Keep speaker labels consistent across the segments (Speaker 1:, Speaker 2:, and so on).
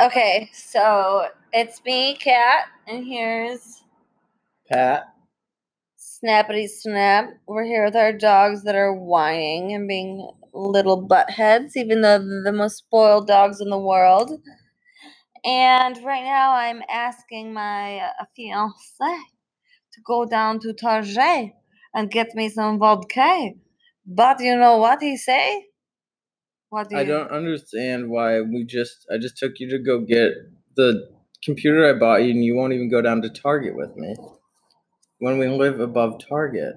Speaker 1: Okay, so it's me, Kat, and here's
Speaker 2: Pat.
Speaker 1: Snappity Snap. We're here with our dogs that are whining and being little buttheads, even though they're the most spoiled dogs in the world. And right now, I'm asking my uh, fiance to go down to Target and get me some vodka. But you know what he say? What do you?
Speaker 2: I don't understand why we just I just took you to go get the computer I bought you and you won't even go down to Target with me. When we live above Target.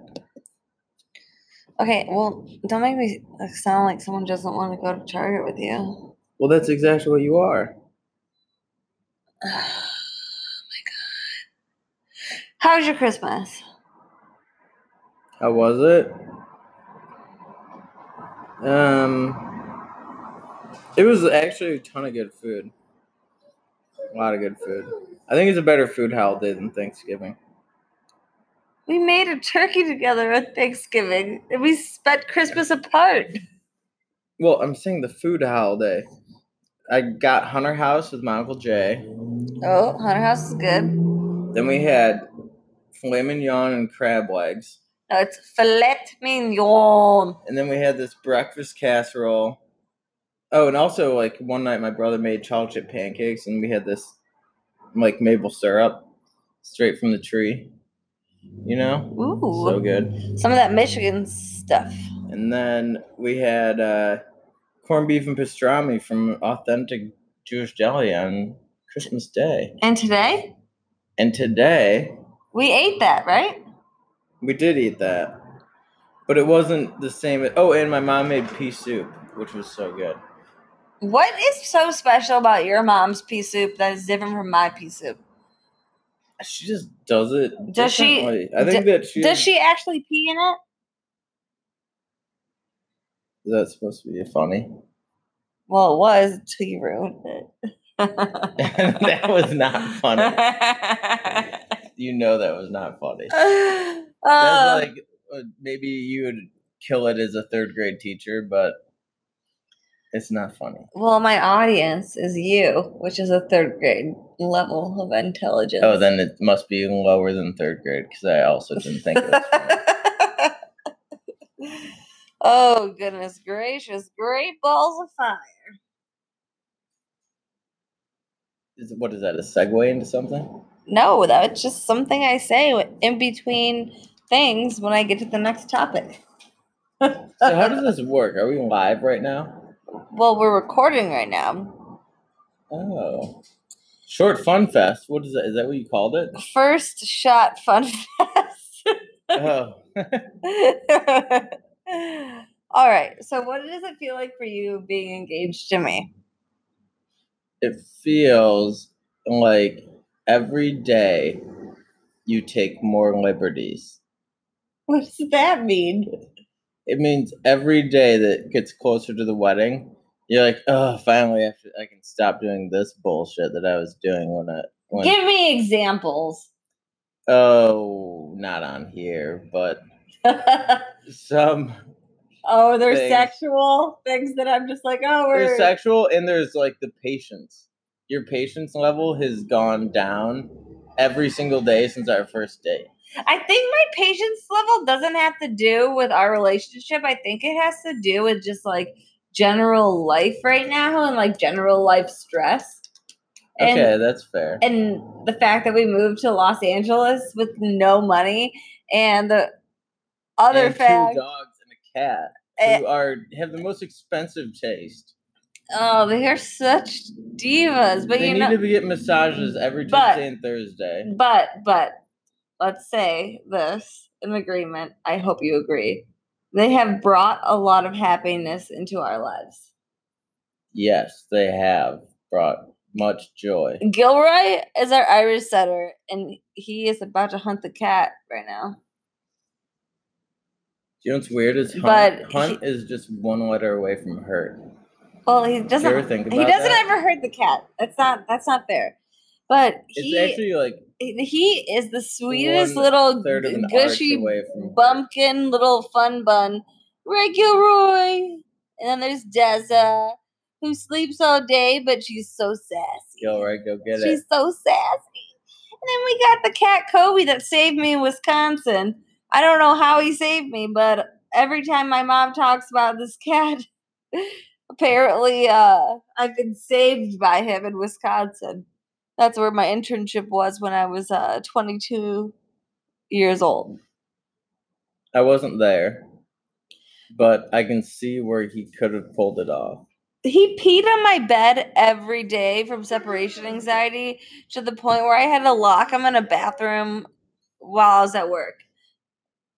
Speaker 1: Okay, well, don't make me like, sound like someone doesn't want to go to Target with you.
Speaker 2: Well that's exactly what you are.
Speaker 1: oh my god. How was your Christmas?
Speaker 2: How was it? Um It was actually a ton of good food. A lot of good food. I think it's a better food holiday than Thanksgiving.
Speaker 1: We made a turkey together on Thanksgiving, and we spent Christmas apart.
Speaker 2: Well, I'm saying the food holiday. I got Hunter House with my Uncle Jay.
Speaker 1: Oh, Hunter House is good.
Speaker 2: Then we had filet mignon and crab legs.
Speaker 1: No, it's filet mignon.
Speaker 2: And then we had this breakfast casserole. Oh, and also like one night my brother made chocolate chip pancakes and we had this like maple syrup straight from the tree. You know?
Speaker 1: Ooh,
Speaker 2: So good.
Speaker 1: some of that Michigan stuff.
Speaker 2: And then we had uh corned beef and pastrami from authentic Jewish deli on Christmas Day.
Speaker 1: And today
Speaker 2: And today
Speaker 1: we ate that, right?
Speaker 2: We did eat that, but it wasn't the same. Oh, and my mom made pea soup, which was so good.
Speaker 1: What is so special about your mom's pea soup that is different from my pea soup?
Speaker 2: She just does it.
Speaker 1: Does she-
Speaker 2: differently. I think that she
Speaker 1: Does she actually pee in it?
Speaker 2: Is that supposed to be funny?
Speaker 1: Well, it was until you ruined it.
Speaker 2: that was not funny.
Speaker 1: funny.
Speaker 2: You know that was not funny.
Speaker 1: uh,
Speaker 2: That's like uh, maybe you would kill it as a third grade teacher, but it's not funny.
Speaker 1: well, my audience is you, which is a third grade level of intelligence.
Speaker 2: Oh, then it must be lower than third grade because I also didn't think. It was funny.
Speaker 1: oh goodness gracious! Great balls of fire.
Speaker 2: Is, what is that? A segue into something?
Speaker 1: No, that's just something I say w- in between things when I get to the next topic.
Speaker 2: So how does this work? Are we live right now?
Speaker 1: Well, we're recording right now.
Speaker 2: Oh. Short Fun Fest. What is that? Is that what you called it?
Speaker 1: First shot fun fest.
Speaker 2: Oh.
Speaker 1: All right. So, what does it feel like for you being engaged to me?
Speaker 2: It feels like every day you take more liberties.
Speaker 1: What does that mean?
Speaker 2: It means every day that gets closer to the wedding, you're like, oh, finally, I, I can stop doing this bullshit that I was doing when I. When,
Speaker 1: Give me examples.
Speaker 2: oh, not on here, but
Speaker 1: oh,
Speaker 2: some.
Speaker 1: there's
Speaker 2: Things.
Speaker 1: sexual things that I'm just like, oh, we're
Speaker 2: There's sexual and there's like the patience. Your patience level has gone down every single day since our first date.
Speaker 1: I think my patience level doesn't have to do with our relationship. I think it has to do with just like general life right now and like general life stress. And
Speaker 2: Okay, that's fair.
Speaker 1: and the fact that we moved to Los Angeles with no money and the other
Speaker 2: And
Speaker 1: fact
Speaker 2: two dogs and a cat
Speaker 1: eh,
Speaker 2: who are have the most expensive taste.
Speaker 1: oh they're such divas but
Speaker 2: they
Speaker 1: you
Speaker 2: need
Speaker 1: know
Speaker 2: to be get massages every
Speaker 1: But-
Speaker 2: Tuesday and Thursday.
Speaker 1: but but let's say this in agreement i hope you agree they have brought a lot of happiness into our lives
Speaker 2: Yes, they have brought much joy.
Speaker 1: gilroy is our irish setter and he is about to hunt the cat right now
Speaker 2: You know what's weird is hunt,
Speaker 1: But
Speaker 2: hunt is just one letter away from hurt.
Speaker 1: well he
Speaker 2: Do you
Speaker 1: doesn't
Speaker 2: ever think about
Speaker 1: he doesn't
Speaker 2: that?
Speaker 1: ever hurt the cat that's not that's not fair but
Speaker 2: It's
Speaker 1: he
Speaker 2: actually like
Speaker 1: he is the sweetest
Speaker 2: One
Speaker 1: little
Speaker 2: third of an
Speaker 1: gushy
Speaker 2: arc away from hurt.
Speaker 1: bumpkin little fun bun Ray Gilroy. And then there's Deza, who sleeps all day, but she's so sassy.
Speaker 2: Gilroy, go get it.
Speaker 1: She's so sassy. And then we got the cat Kobe that saved me in Wisconsin. I don't know how he saved me, but every time my mom talks about this cat, apparently uh, I've been saved by him in Wisconsin. That's where my internship was when I was uh, 22 years old.
Speaker 2: I wasn't there, but I can see where he could have pulled it off.
Speaker 1: He peed on my bed every day from separation anxiety to the point where I had to lock him in a bathroom while I was at work.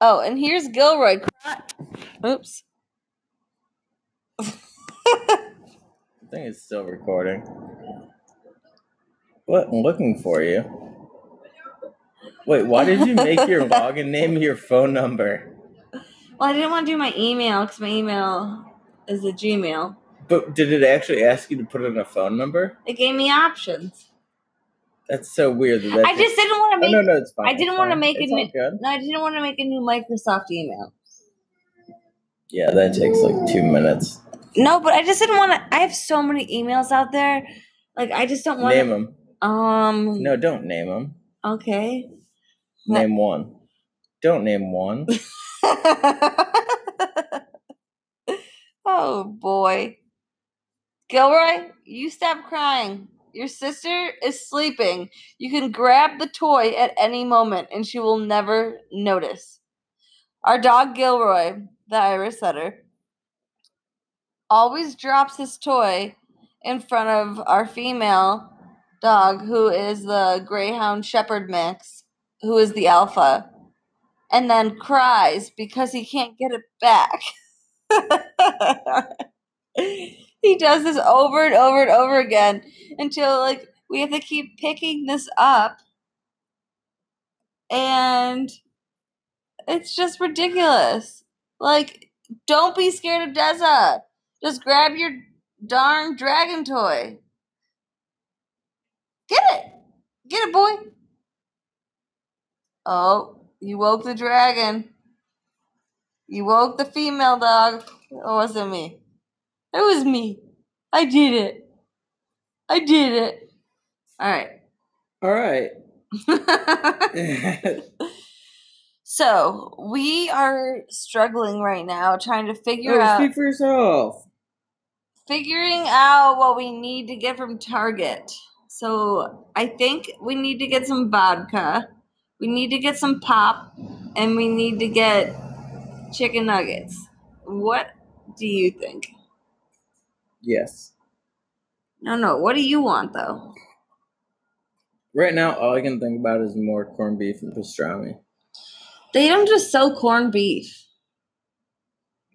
Speaker 1: Oh, and here's Gilroy. cr- Oops.
Speaker 2: I think it's still recording. What? I'm looking for you. Wait, why did you make your login name your phone number?
Speaker 1: Well, I didn't want to do my email because my email is a Gmail.
Speaker 2: But did it actually ask you to put in a phone number?
Speaker 1: It gave me options.
Speaker 2: That's so weird. That that
Speaker 1: I just didn't want to
Speaker 2: Oh,
Speaker 1: make.
Speaker 2: no, no, it's fine.
Speaker 1: I didn't
Speaker 2: it's
Speaker 1: wanna
Speaker 2: fine.
Speaker 1: make
Speaker 2: it's
Speaker 1: it
Speaker 2: all
Speaker 1: mi-
Speaker 2: good.
Speaker 1: No, I didn't want to make a new Microsoft email.
Speaker 2: Yeah, that takes like two minutes.
Speaker 1: No, but I just didn't want to. I have so many emails out there. Like I just don't want
Speaker 2: Name
Speaker 1: to.
Speaker 2: them.
Speaker 1: Um.
Speaker 2: No, don't name them.
Speaker 1: Okay. What?
Speaker 2: Name one. Don't name one.
Speaker 1: oh boy, Gilroy, you stop crying. Your sister is sleeping. You can grab the toy at any moment, and she will never notice. Our dog Gilroy, the Irish setter, always drops his toy in front of our female dog, who is the Greyhound Shepherd mix, who is the alpha, and then cries because he can't get it back. he does this over and over and over again until like we have to keep picking this up and it's just ridiculous like don't be scared of deza just grab your darn dragon toy get it get it boy oh you woke the dragon you woke the female dog it wasn't me it was me. I did it. I did it. All
Speaker 2: All right.
Speaker 1: right. so we are struggling right now, trying to figure
Speaker 2: No,
Speaker 1: out
Speaker 2: speak for yourself.
Speaker 1: figuring out what we need to get from Target. So I think we need to get some vodka. We need to get some pop, and we need to get chicken nuggets. What do you think?
Speaker 2: Yes.
Speaker 1: No, no. What do you want though?
Speaker 2: Right now, all I can think about is more corned beef and pastrami.
Speaker 1: They don't just sell corned beef.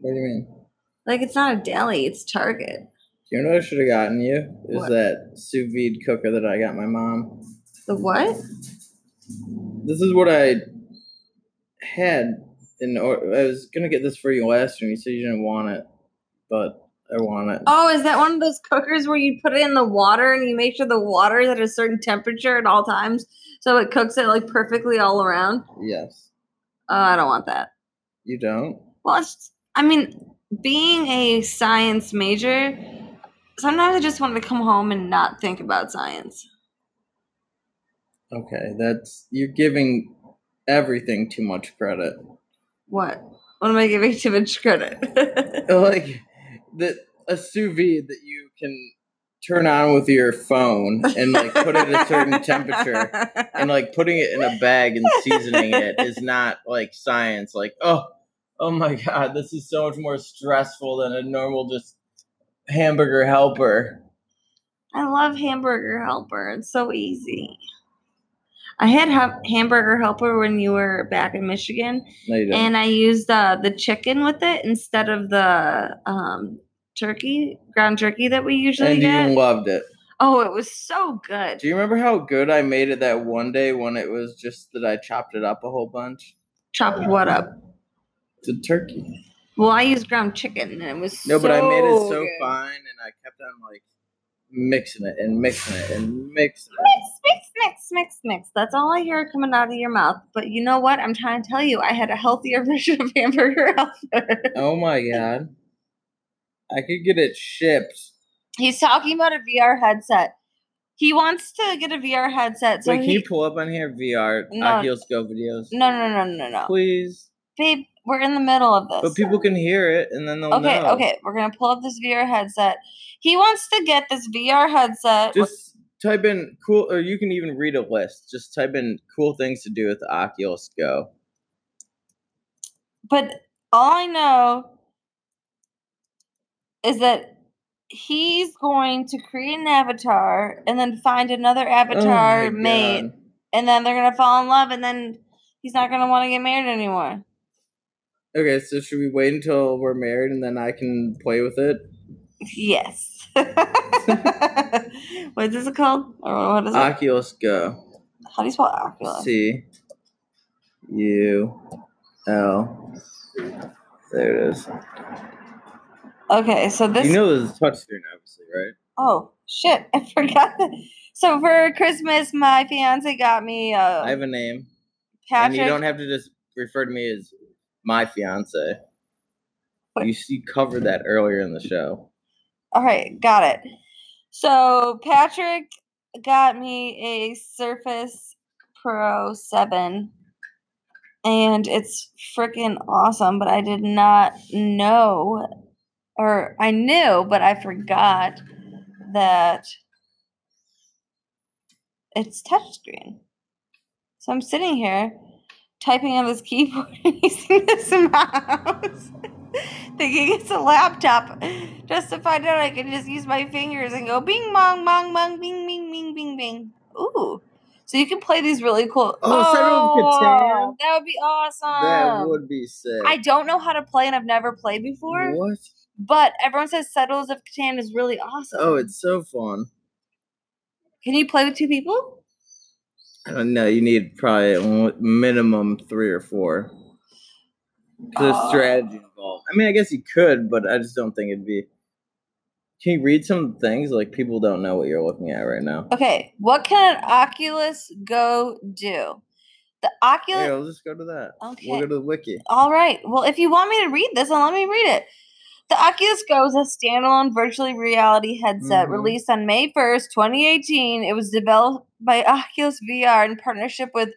Speaker 2: What do you mean?
Speaker 1: Like it's not a deli, it's Target.
Speaker 2: You know what I should have gotten you? Is
Speaker 1: What?
Speaker 2: that sous vide cooker that I got my mom.
Speaker 1: The what?
Speaker 2: This is what I had. In or- I was going to get this for you last year, and you said you didn't want it, but I want it.
Speaker 1: Oh, is that one of those cookers where you put it in the water and you make sure the water is at a certain temperature at all times so it cooks it like perfectly all around?
Speaker 2: Yes.
Speaker 1: Oh, I don't want that.
Speaker 2: You don't?
Speaker 1: Well, it's I mean, being a science major, sometimes I just want to come home and not think about science.
Speaker 2: Okay, that's. You're giving everything too much credit.
Speaker 1: What? What am I giving too much credit?
Speaker 2: like the a sous vide that you can turn on with your phone and like put it at a certain temperature and like putting it in a bag and seasoning it is not like science like oh oh my god this is so much more stressful than a normal just hamburger helper
Speaker 1: I love Hamburger Helper. It's so easy. I had ha- Hamburger Helper when you were back in Michigan,
Speaker 2: no you didn't
Speaker 1: and I used uh, the chicken with it instead of the um, turkey, ground turkey that we usually
Speaker 2: and
Speaker 1: get.
Speaker 2: you loved it
Speaker 1: oh, it was so good.
Speaker 2: do you remember how good i made it that one day when it was just that i chopped it up a whole bunch
Speaker 1: Chop what up?
Speaker 2: it's a turkey
Speaker 1: Well, I used ground chicken, and it was
Speaker 2: No, but I made it so
Speaker 1: good.
Speaker 2: fine, and I kept on like mixing it and mixing it and mixing it.
Speaker 1: Mix, mix, mix, mix, mix. That's all I hear coming out of your mouth. But you know what? I'm trying to tell you, I had a healthier version of Hamburger Helper.
Speaker 2: Oh my god! I could get it shipped.
Speaker 1: He's talking about a VR headset. He wants to get a VR headset. So
Speaker 2: Wait, can
Speaker 1: he,
Speaker 2: you pull up on here VR
Speaker 1: No.
Speaker 2: no. Oculus Go videos?
Speaker 1: no, no, no, no, no.
Speaker 2: Please.
Speaker 1: Babe, we're in the middle of this.
Speaker 2: But people can hear it and then they'll
Speaker 1: okay,
Speaker 2: know.
Speaker 1: okay. We're going to pull up this VR headset. He wants to get this VR headset. with-
Speaker 2: Just type in cool, or you can even read a list. Just type in cool things to do with the Oculus Go.
Speaker 1: but all I know is that he's going to create an avatar and then find another avatar
Speaker 2: Oh my
Speaker 1: mate.
Speaker 2: God.
Speaker 1: and then they're gonna fall in love, and then he's not gonna want to get married anymore.
Speaker 2: Okay, so should we wait until we're married and then I can play with it?
Speaker 1: Yes. what is it called? Or what is it?
Speaker 2: Oculus Go.
Speaker 1: How do you spell Oculus?
Speaker 2: C U L. There it is.
Speaker 1: Okay, so this.
Speaker 2: you know there's a touchscreen, obviously, right?
Speaker 1: oh shit! I forgot. That. So for Christmas, my fiance got me uh,
Speaker 2: I have a name, and
Speaker 1: Patrick.
Speaker 2: you don't have to just refer to me as my fiance.
Speaker 1: What?
Speaker 2: You see, covered that earlier in the show.
Speaker 1: all right, got it. So Patrick got me a Surface Pro Seven. and it's freaking awesome. But I did not know, or I knew, but I forgot that it's touchscreen. So I'm sitting here typing on this keyboard and using this mouse, thinking it's a laptop, just to find out I can just use my fingers and go bing, bong, bong, bong, bing, bing, bing, bing, bing. Ooh. So you can play these really cool.
Speaker 2: Oh, set it up with Catan.
Speaker 1: That would be awesome.
Speaker 2: that would be sick.
Speaker 1: I don't know how to play and I've never played before,
Speaker 2: What?
Speaker 1: but everyone says Settlers of Catan is really awesome.
Speaker 2: Oh, it's so fun.
Speaker 1: Can you play with two people?
Speaker 2: I don't know. You need probably a mo- minimum three or four. 'Cause There's
Speaker 1: Oh.
Speaker 2: strategy involved. I mean, I guess you could, but I just don't think it'd be. Can you read some things? Like people don't know what you're looking at right now.
Speaker 1: Okay, what can an Oculus Go do? The Oculus.
Speaker 2: Here, I'll just go to that. We'll
Speaker 1: Okay.
Speaker 2: go to the wiki.
Speaker 1: All right. Well, if you want me to read this, then let me read it. The Oculus Go is a standalone virtually reality headset
Speaker 2: Mhm.
Speaker 1: released on May 1st, 2018. It was developed by Oculus VR in partnership with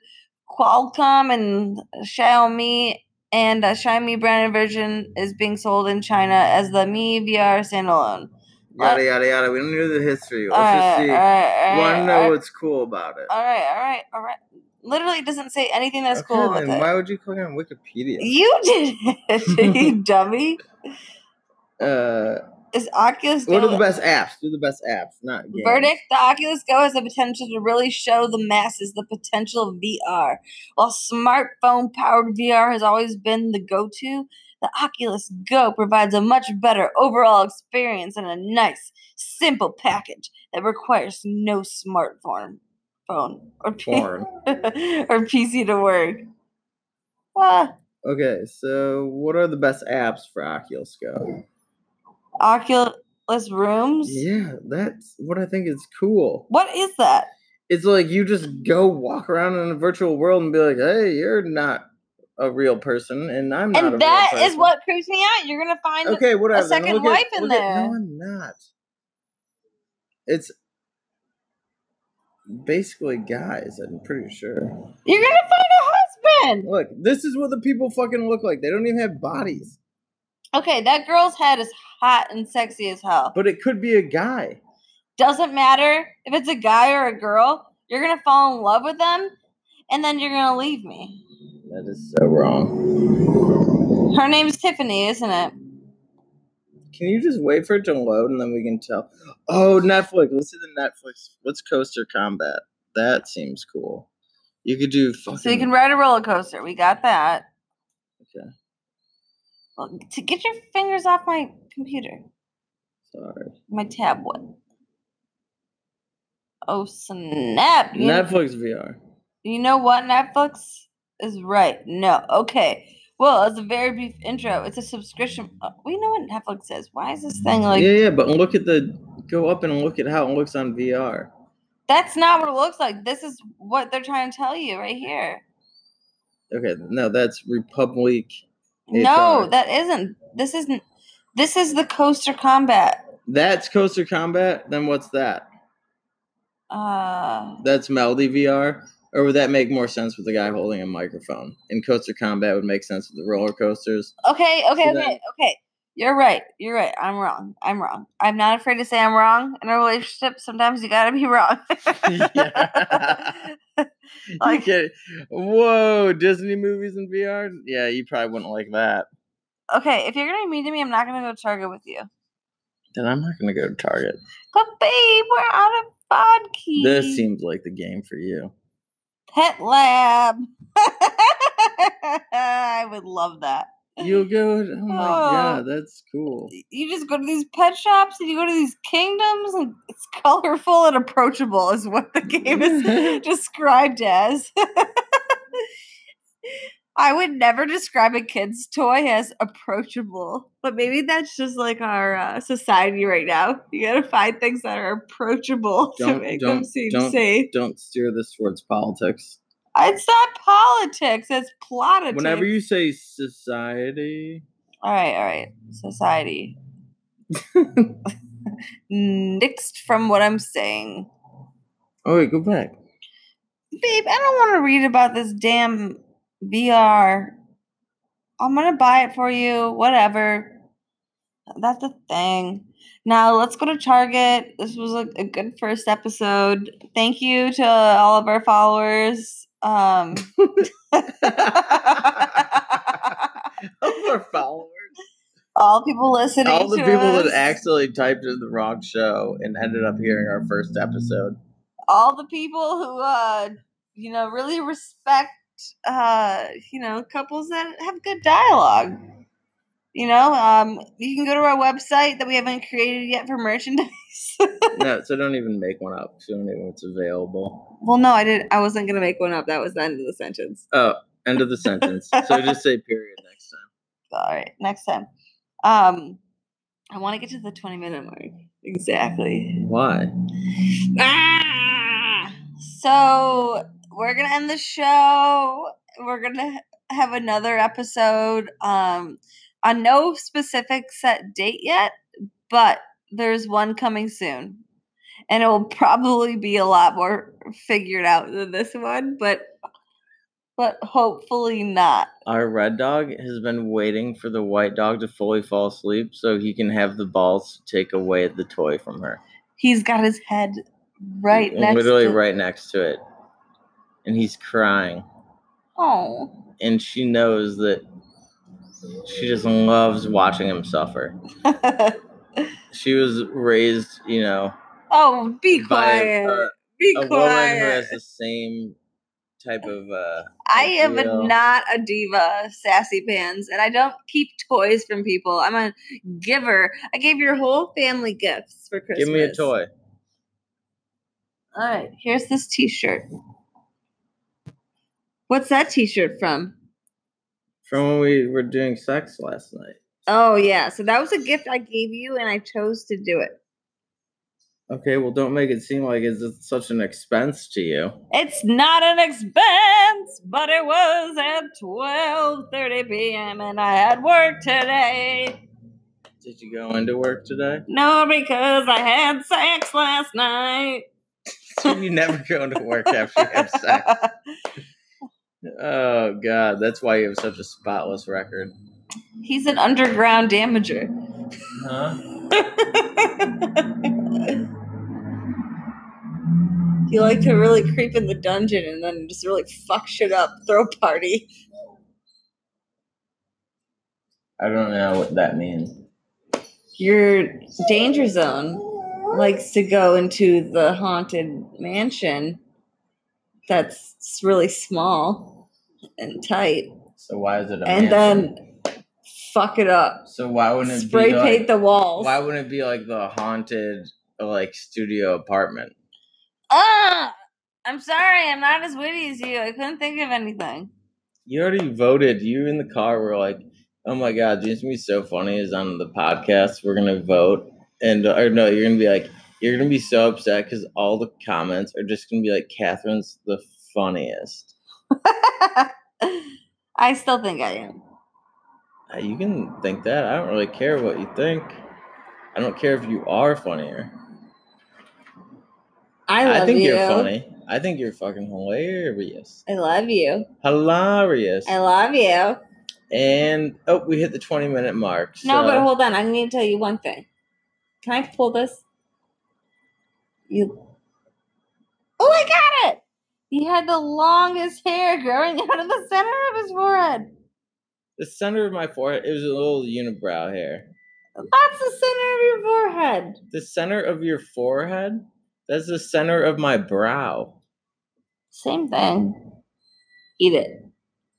Speaker 1: Qualcomm and Xiaomi, and a Xiaomi branded version is being sold in China as the Mi VR standalone.
Speaker 2: Yada yada yada. We don't know the history. Let's just see.
Speaker 1: Uh, right,
Speaker 2: Want to
Speaker 1: all
Speaker 2: know
Speaker 1: right,
Speaker 2: what's cool about it?
Speaker 1: all right, all right, all right. Literally it doesn't say anything that's cool
Speaker 2: Okay,
Speaker 1: with
Speaker 2: then
Speaker 1: it.
Speaker 2: Why would you click on Wikipedia?
Speaker 1: You did it, you dummy.
Speaker 2: Uh,
Speaker 1: Is Oculus
Speaker 2: what
Speaker 1: Go
Speaker 2: are the best apps? Do the best apps, not games.
Speaker 1: verdict? The Oculus Go has the potential to really show the masses the potential of VR. While smartphone powered VR has always been the go to, the Oculus Go provides a much better overall experience and a nice, simple package that requires no smartphone phone or, P-
Speaker 2: Porn.
Speaker 1: or PC to work. Ah,
Speaker 2: Okay, so what are the best apps for Oculus Go?
Speaker 1: Oculus Rooms?
Speaker 2: Yeah, that's what I think is cool.
Speaker 1: What is that?
Speaker 2: It's like you just go walk around in a virtual world and be like, "Hey, you're not a real person, and I'm not." a real
Speaker 1: and that is
Speaker 2: person."
Speaker 1: what creeps me out. You're gonna find that
Speaker 2: Okay, whatever. then
Speaker 1: second
Speaker 2: look
Speaker 1: wife
Speaker 2: at,
Speaker 1: in
Speaker 2: look at-
Speaker 1: there.
Speaker 2: no, I'm not. It's basically guys. I'm pretty sure.
Speaker 1: You're gonna find a husband.
Speaker 2: Look, this is what the people fucking look like. They don't even have bodies,
Speaker 1: Okay, that girl's head is hot and sexy as hell.
Speaker 2: but it could be a guy.
Speaker 1: Doesn't matter if it's a guy or a girl. You're gonna fall in love with them, and then you're gonna leave me.
Speaker 2: That is so wrong.
Speaker 1: Her name's Tiffany, isn't it?
Speaker 2: Can you just wait for it to load and then we can tell? Oh, Netflix. Let's see the Netflix. What's Coaster Combat? That seems cool. You could do fucking.
Speaker 1: So you can ride a roller coaster. We got that.
Speaker 2: Okay.
Speaker 1: Well, to get your fingers off my computer,
Speaker 2: Sorry.
Speaker 1: my tablet. Oh snap! You-
Speaker 2: Netflix VR.
Speaker 1: You know what, Netflix is right. No, okay. Well, as a very brief intro, it's a subscription. uh, We know what Netflix is. Why is this thing like?
Speaker 2: yeah, yeah, but look at the. Go up and look at how it looks on VR.
Speaker 1: That's not what it looks like. This is what they're trying to tell you right here.
Speaker 2: Okay, no, that's Republic.
Speaker 1: No,
Speaker 2: HR.
Speaker 1: that isn't. This isn't. This is the coaster combat.
Speaker 2: That's Coaster Combat. Then what's that?
Speaker 1: Uh,
Speaker 2: That's Melody VR. Or would that make more sense with the guy holding a microphone? And Coaster Combat would make sense with the roller coasters.
Speaker 1: okay, okay,
Speaker 2: So
Speaker 1: okay,
Speaker 2: then-
Speaker 1: okay. You're right. You're right. I'm wrong. I'm wrong. I'm not afraid to say I'm wrong in a relationship. Sometimes you gotta be wrong.
Speaker 2: Yeah. You
Speaker 1: Like-
Speaker 2: kidding? Whoa, Disney movies in VR? Yeah, you probably wouldn't like that.
Speaker 1: okay, if you're gonna be mean to me, I'm not gonna go to Target with you.
Speaker 2: Then I'm not going to go to Target.
Speaker 1: But babe, we're out of vodka.
Speaker 2: This seems like the game for you.
Speaker 1: Pet Lab. I would love that.
Speaker 2: You'll go. to- oh my
Speaker 1: Oh.
Speaker 2: god, that's cool.
Speaker 1: You just go to these pet shops and you go to these kingdoms, and it's colorful and approachable, is what the game is described as. I would never describe a kid's toy as approachable, but maybe that's just like our uh, society right now. You gotta find things that are approachable to
Speaker 2: Don't-
Speaker 1: make them
Speaker 2: don't-
Speaker 1: seem
Speaker 2: don't-
Speaker 1: safe.
Speaker 2: Don't steer this towards politics.
Speaker 1: It's not politics. It's plotitude.
Speaker 2: Whenever you say society,
Speaker 1: all right, all right, society. Nixed from what I'm saying,
Speaker 2: oh wait, go back.
Speaker 1: babe. I don't want to read about this damn VR. I'm gonna buy it for you. Whatever. That's a thing. Now let's go to Target. This was a, a good first episode. Thank you to all of our followers. Um.
Speaker 2: All our followers,
Speaker 1: all people listening.
Speaker 2: all the
Speaker 1: to
Speaker 2: people that
Speaker 1: us,
Speaker 2: accidentally typed in the wrong show and ended up hearing our first episode.
Speaker 1: all the people who, uh, you know, really respect, uh, you know, couples that have good dialogue. You know, um, you can go to our website that we haven't created yet for merchandise.
Speaker 2: No, so don't even make one up. 'cause You don't even know what's available.
Speaker 1: well, no, I didn't. I wasn't gonna make one up. That was the end of the sentence.
Speaker 2: End of the sentence. So just say period next time.
Speaker 1: All right, next time. Um, I want to get to the twenty-minute mark exactly.
Speaker 2: Why?
Speaker 1: Ah! So we're gonna end the show. We're gonna ha- have another episode um, on no specific set date yet, but there's one coming soon, and it will probably be a lot more figured out than this one, but but hopefully not.
Speaker 2: Our red dog has been waiting for the white dog to fully fall asleep so he can have the balls to take away the toy from her.
Speaker 1: He's got his head right next.
Speaker 2: literally
Speaker 1: to-
Speaker 2: right next to it. And he's crying.
Speaker 1: Oh.
Speaker 2: And she knows that she just loves watching him suffer. She was raised, you know,
Speaker 1: oh, be
Speaker 2: by
Speaker 1: quiet.
Speaker 2: a,
Speaker 1: be
Speaker 2: a
Speaker 1: quiet.
Speaker 2: woman who has the same type of uh
Speaker 1: I am a-
Speaker 2: Ideal.
Speaker 1: not a diva, sassy pants, and I don't keep toys from people. I'm a giver. I gave your whole family gifts for Christmas.
Speaker 2: give me a toy.
Speaker 1: All right, here's this T-shirt. What's that T-shirt from?
Speaker 2: From when we were doing sex last night.
Speaker 1: Oh yeah, so that was a gift I gave you, and I chose to do it.
Speaker 2: Okay, well don't make it seem like it's such an expense to you.
Speaker 1: It's not an expense, but it was at 12:30 p.m. and I had work today.
Speaker 2: Did you go into work today?
Speaker 1: No, because I had sex last night.
Speaker 2: you never go into work after you have sex. Oh god, that's why you have such a spotless record.
Speaker 1: He's an underground damager.
Speaker 2: Huh?
Speaker 1: he liked to really creep in the dungeon and then just really fuck shit up, throw a party.
Speaker 2: I don't know what that means.
Speaker 1: Your danger zone likes to go into the haunted mansion that's s- really small and tight
Speaker 2: So why is it a
Speaker 1: and
Speaker 2: mansion?
Speaker 1: then fuck it up.
Speaker 2: So why wouldn't it
Speaker 1: Spray
Speaker 2: be
Speaker 1: paint
Speaker 2: like,
Speaker 1: the walls.
Speaker 2: why wouldn't it be like the haunted like studio apartment?
Speaker 1: Ah, I'm sorry, I'm not as witty as you. I couldn't think of anything.
Speaker 2: You already voted. You in the car were like, "Oh my god, this is gonna be so funny." Is on the podcast. We're gonna vote, and or no, you're gonna be like, you're gonna be so upset because all the comments are just gonna be like, "Catherine's the funniest."
Speaker 1: I still think I am.
Speaker 2: Uh, You can think that. I don't really care what you think. I don't care if you are funnier.
Speaker 1: I love
Speaker 2: I think
Speaker 1: you.
Speaker 2: are funny. I think you're fucking hilarious.
Speaker 1: I love you.
Speaker 2: Hilarious.
Speaker 1: I love you.
Speaker 2: and oh, we hit the 20 minute mark.
Speaker 1: No, but
Speaker 2: so-
Speaker 1: hold on. I need to tell you one thing. Can I pull this? You. Oh, I got it! He had the longest hair growing out of the center of his forehead.
Speaker 2: the center of my forehead. It was a little unibrow hair.
Speaker 1: That's the center of your forehead.
Speaker 2: The center of your forehead. That's the center of my brow.
Speaker 1: Same thing. Eat it.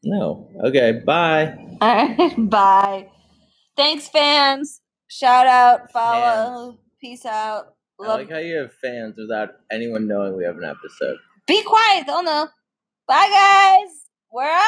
Speaker 2: No. Okay. Bye.
Speaker 1: All right. Bye. Thanks, fans. Shout out. Follow. Peace out.
Speaker 2: I
Speaker 1: Love.
Speaker 2: like how you have fans without anyone knowing we have an episode.
Speaker 1: Be quiet. They'll know. Bye, guys. We're out.